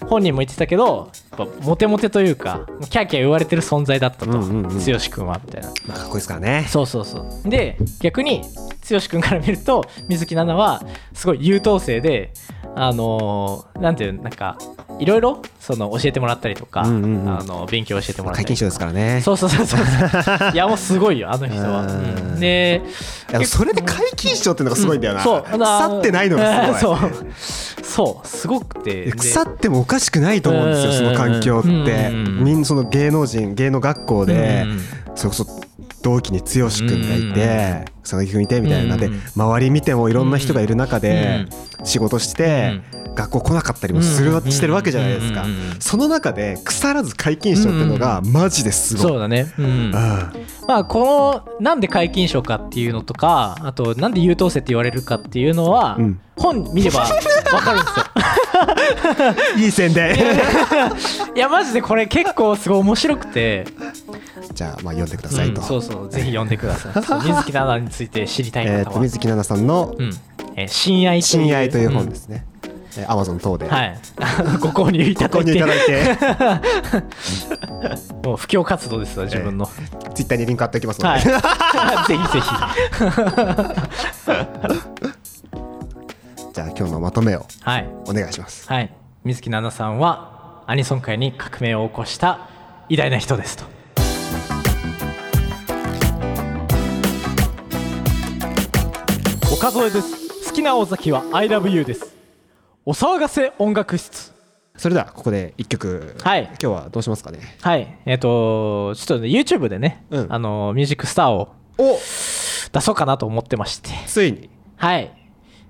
[SPEAKER 1] 本人も言ってたけどやっぱモテモテというかキャーキャー言われてる存在だったと、
[SPEAKER 2] うんうんうん
[SPEAKER 1] 剛君はみたいな
[SPEAKER 2] まあ、かっこいいですからね
[SPEAKER 1] そうそうそうで逆に剛君から見ると水木奈々はすごい優等生であのーなんていうなんかいろいろその教えてもらったりとか、
[SPEAKER 2] うんうんうん
[SPEAKER 1] あの勉強教えてもらった
[SPEAKER 2] 皆
[SPEAKER 1] りと
[SPEAKER 2] 勤
[SPEAKER 1] か
[SPEAKER 2] 賞ですからね
[SPEAKER 1] そうそうそうそう。いやもうすごいよあの人は。
[SPEAKER 2] うん
[SPEAKER 1] うんで、
[SPEAKER 2] いやそれで皆勤賞っていうのがすごいんだよな、
[SPEAKER 1] そう、
[SPEAKER 2] 腐ってないのがすごい
[SPEAKER 1] い。 そう、そうすごくて。
[SPEAKER 2] え
[SPEAKER 1] で
[SPEAKER 2] 腐ってもおかしくないと思うんですよその環境って
[SPEAKER 1] うんうんうん
[SPEAKER 2] みんなその芸能人芸能学校で
[SPEAKER 1] うんうん
[SPEAKER 2] それこそ同期に剛君がいて佐々木君いてみたいなで
[SPEAKER 1] うんうん
[SPEAKER 2] 周り見てもいろんな人がいる中で仕事して
[SPEAKER 1] う
[SPEAKER 2] 学校来なかったりもする
[SPEAKER 1] うんうん
[SPEAKER 2] してるわけじゃないですか
[SPEAKER 1] うんうんうん
[SPEAKER 2] その中で腐らず皆勤賞っていうのがマジですごい。
[SPEAKER 1] そううだね。うん
[SPEAKER 2] ん。あ
[SPEAKER 1] まあこのなんで皆勤賞かっていうのとか、あとなんで優等生って言われるかっていうのは、
[SPEAKER 2] うん
[SPEAKER 1] 本見ればわかるん ですよ。
[SPEAKER 2] いい宣伝
[SPEAKER 1] いやマジでこれ結構すごい面白くて。
[SPEAKER 2] じゃあまあ読んでくださいと
[SPEAKER 1] うんそうそうぜひ読んでください。ちょっと水木奈々について知りたい
[SPEAKER 2] え
[SPEAKER 1] 方
[SPEAKER 2] ー
[SPEAKER 1] は。
[SPEAKER 2] と水木奈々さんの
[SPEAKER 1] うん。えー親愛
[SPEAKER 2] 「親愛」という
[SPEAKER 1] う
[SPEAKER 2] 本
[SPEAKER 1] ん
[SPEAKER 2] ですねアマゾン等で
[SPEAKER 1] はい、 ご購入いただ
[SPEAKER 2] 購
[SPEAKER 1] い
[SPEAKER 2] 入
[SPEAKER 1] て
[SPEAKER 2] いただいて。
[SPEAKER 1] もう布教活動ですわ自分の、
[SPEAKER 2] ツイッターにリンク貼っておきますので、
[SPEAKER 1] はい ぜひぜひ
[SPEAKER 2] じゃあ今日のまとめを
[SPEAKER 1] はい、
[SPEAKER 2] お願いします
[SPEAKER 1] はい、水木奈々さんはアニソン界に革命を起こした偉大な人ですと岡添です好きな尾崎は ILOVEYOU ですお騒がせ音楽室
[SPEAKER 2] それではここで一曲、
[SPEAKER 1] はい
[SPEAKER 2] 今日はどうしますかね
[SPEAKER 1] はいえっ、とちょっとね YouTube でね、
[SPEAKER 2] うん
[SPEAKER 1] あのミュージックスターを
[SPEAKER 2] お
[SPEAKER 1] 出そうかなと思ってまして
[SPEAKER 2] ついに
[SPEAKER 1] はい。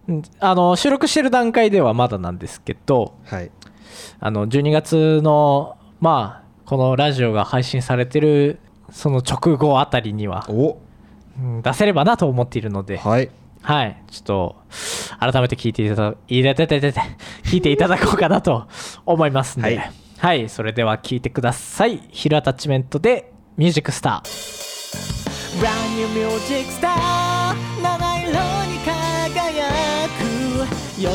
[SPEAKER 1] うんあの収録してる段階ではまだなんですけど、
[SPEAKER 2] はい
[SPEAKER 1] あの12月のまあこのラジオが配信されてるその直後あたりには
[SPEAKER 2] お
[SPEAKER 1] うん出せればなと思っているので、
[SPEAKER 2] はい
[SPEAKER 1] はい、ちょっと改めて聞いていただいててててて 聞いていただこうかなと思いますので、
[SPEAKER 2] は
[SPEAKER 1] はいい、それでは聞いてください。ヒルアタッチメントでミュージックスター。
[SPEAKER 3] Brand new music star 七色に輝く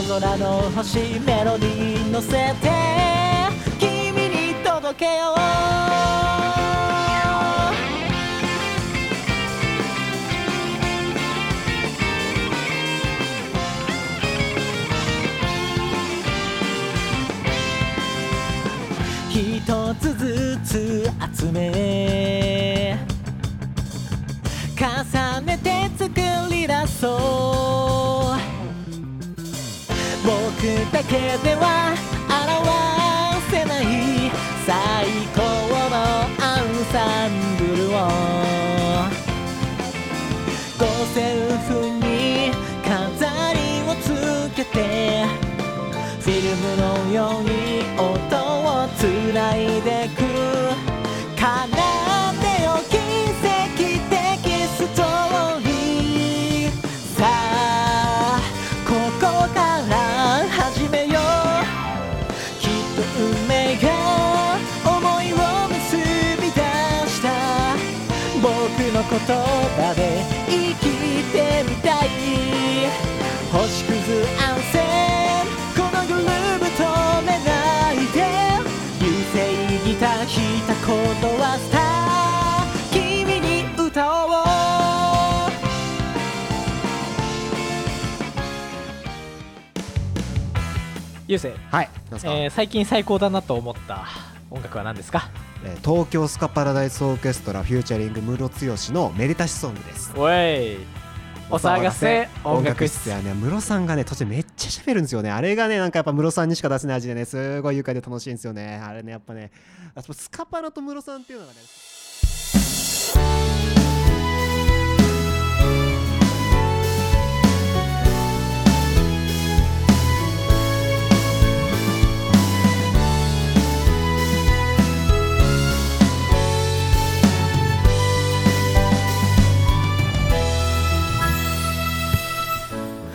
[SPEAKER 3] 夜空の星メロディーに乗せて君に届けようけでは表せない最高のアンサンブルを五線譜に飾りをつけてフィルムのように音をつないでく奏でよ奇跡的ストーリーさあここから始めようきっと運命が思いを結び出した僕の言葉で生きてみたい星屑安静このグルーブ止めないで流星ギター弾いたことはスター君に歌おう
[SPEAKER 1] ゆうせい、
[SPEAKER 2] はいなんすか、
[SPEAKER 1] えー最近最高だなと思った音楽は何ですか
[SPEAKER 2] えー東京スカパラダイスオーケストラフューチャリングムロツヨシの「めでたしソング」です
[SPEAKER 1] おいお騒がせ音楽室
[SPEAKER 2] やねムロさんがね途中めっちゃ喋るんですよねあれがねなんかやっぱムロさんにしか出せない味でねすごい愉快で楽しいんですよねあれねやっぱねあそこスカパラとムロさんっていうのがね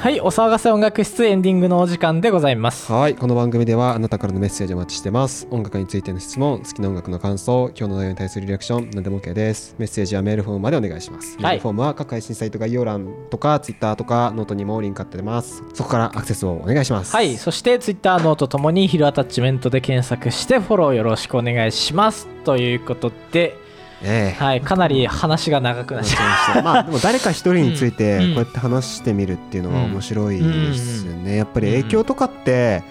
[SPEAKER 1] はいお騒がせ音楽室エンディングのお時間でございます
[SPEAKER 2] はいこの番組ではあなたからのメッセージをお待ちしてます音楽についての質問好きな音楽の感想今日の内容に対するリアクション何でも OK ですメッセージはメールフォームまでお願いします、
[SPEAKER 1] い
[SPEAKER 2] メールフォームは各配信サイト概要欄とか Twitter とかノートにもリンク貼ってますそこからアクセスをお願いします
[SPEAKER 1] はいそして Twitter ノートともにヒルアタッチメントで検索してフォローよろしくお願いしますということで
[SPEAKER 2] ええ
[SPEAKER 1] はいかなり話が長くなっちゃいました
[SPEAKER 2] まあでも誰か一人につい
[SPEAKER 1] う
[SPEAKER 2] てこ
[SPEAKER 1] ん
[SPEAKER 2] うやって話してみるっていうのは面白いですねやっぱり影響とかって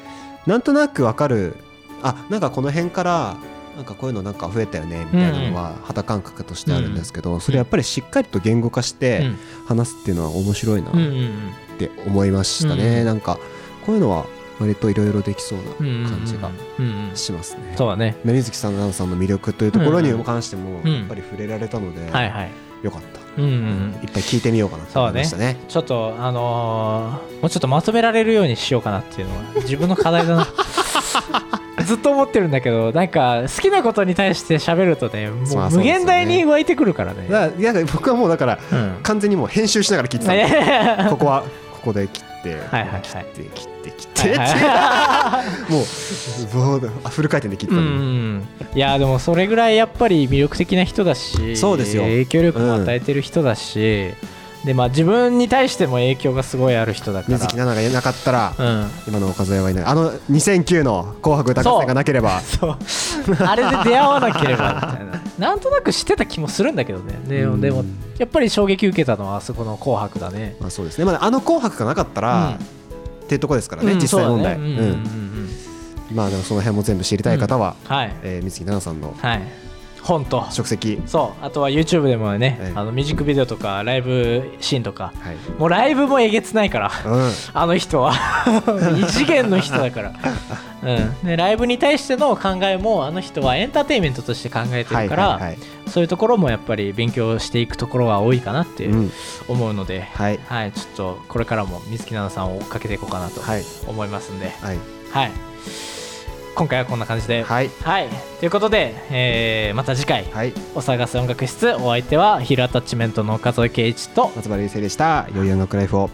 [SPEAKER 2] なんとなくわかるあなんかこの辺からなんかこういうのなんか増えたよねみたいなのは肌感覚としてあるんですけどそれやっぱりしっかりと言語化して話すっていうのは面白いなっ
[SPEAKER 1] うんうんうん
[SPEAKER 2] て思いました
[SPEAKER 1] う
[SPEAKER 2] ね
[SPEAKER 1] ん
[SPEAKER 2] なんかこういうのは割といろいろできそう
[SPEAKER 1] うんうんうん
[SPEAKER 2] な感じが
[SPEAKER 1] うんうん
[SPEAKER 2] しますね。
[SPEAKER 1] そうだね
[SPEAKER 2] ね水木さんのさんの魅力というところにも関しても
[SPEAKER 1] うん
[SPEAKER 2] やっぱり触れられたので
[SPEAKER 1] はいはい
[SPEAKER 2] よかった。
[SPEAKER 1] うんうんうん
[SPEAKER 2] いっぱい聞いてみようかなと思いましたね。
[SPEAKER 1] ちょっとあのーもうちょっとまとめられるようにしようかなっていうのは自分の課題だ なずっと思ってるんだけどなんか好きなことに対して喋るとね
[SPEAKER 2] ま
[SPEAKER 1] も
[SPEAKER 2] あ
[SPEAKER 1] う
[SPEAKER 2] そう
[SPEAKER 1] 無
[SPEAKER 2] ですよね
[SPEAKER 1] 限大に湧いてくるからね
[SPEAKER 2] だからなんか僕はもうだから
[SPEAKER 1] うん
[SPEAKER 2] 完全にもう編集しながら聞いてた
[SPEAKER 1] い
[SPEAKER 2] ん
[SPEAKER 1] やい
[SPEAKER 2] で
[SPEAKER 1] やいや
[SPEAKER 2] ここはここで切って、
[SPEAKER 1] はいはいはい
[SPEAKER 2] 切って切って切って、
[SPEAKER 1] はいは
[SPEAKER 2] もうもうあフル回転で切
[SPEAKER 1] い
[SPEAKER 2] ってた
[SPEAKER 1] う
[SPEAKER 2] の
[SPEAKER 1] ん
[SPEAKER 2] に、
[SPEAKER 1] うんいやでもそれぐらいやっぱり魅力的な人だし
[SPEAKER 2] そうですよ
[SPEAKER 1] 影響力も与えてる人だし、でまあ自分に対しても影響がすごいある人だから
[SPEAKER 2] 水木奈々がいなかったら、
[SPEAKER 1] うん
[SPEAKER 2] 今の岡添はいないあの2009の「紅白歌合戦」がなければ
[SPEAKER 1] そう あれで出会わなければみたいな なんとなくしてた気もするんだけどねで
[SPEAKER 2] うん
[SPEAKER 1] でもやっぱり衝撃受けたのはあそこの「紅白」だね
[SPEAKER 2] まあそうですね、まあ、あの「紅白」がなかったら、っていうとこですからね、
[SPEAKER 1] うん
[SPEAKER 2] 実際問題、
[SPEAKER 1] そううんだねうんうんうん
[SPEAKER 2] まあでもその辺も全部知りたい方は、
[SPEAKER 1] うんはい
[SPEAKER 2] えー水木奈々さんの
[SPEAKER 1] はい本と
[SPEAKER 2] 職責、
[SPEAKER 1] そうあとは YouTube でもね、
[SPEAKER 2] はい
[SPEAKER 1] あのミュージックビデオとかライブシーンとか
[SPEAKER 2] はい
[SPEAKER 1] もうライブもえげつないから
[SPEAKER 2] うん、
[SPEAKER 1] あの人は 異次元の人だ から、うん、でライブに対しての考えもあの人はエンターテインメントとして考えてるから、
[SPEAKER 2] はいはい
[SPEAKER 1] そういうところもやっぱり勉強していくところは多いかなって
[SPEAKER 2] うん
[SPEAKER 1] 思うので、
[SPEAKER 2] はい
[SPEAKER 1] はい、ちょっとこれからも水木奈々さんを追っかけていこうかなと
[SPEAKER 2] はい
[SPEAKER 1] 思いますんで、
[SPEAKER 2] はい
[SPEAKER 1] はい、今回はこんな感じで。
[SPEAKER 2] はい
[SPEAKER 1] はい、ということで、えーまた次回
[SPEAKER 2] はい
[SPEAKER 1] 「お探せ音楽室」お相手はヒルアタッチメントの岡添圭一と
[SPEAKER 2] 松原優生でした良い音楽ライフを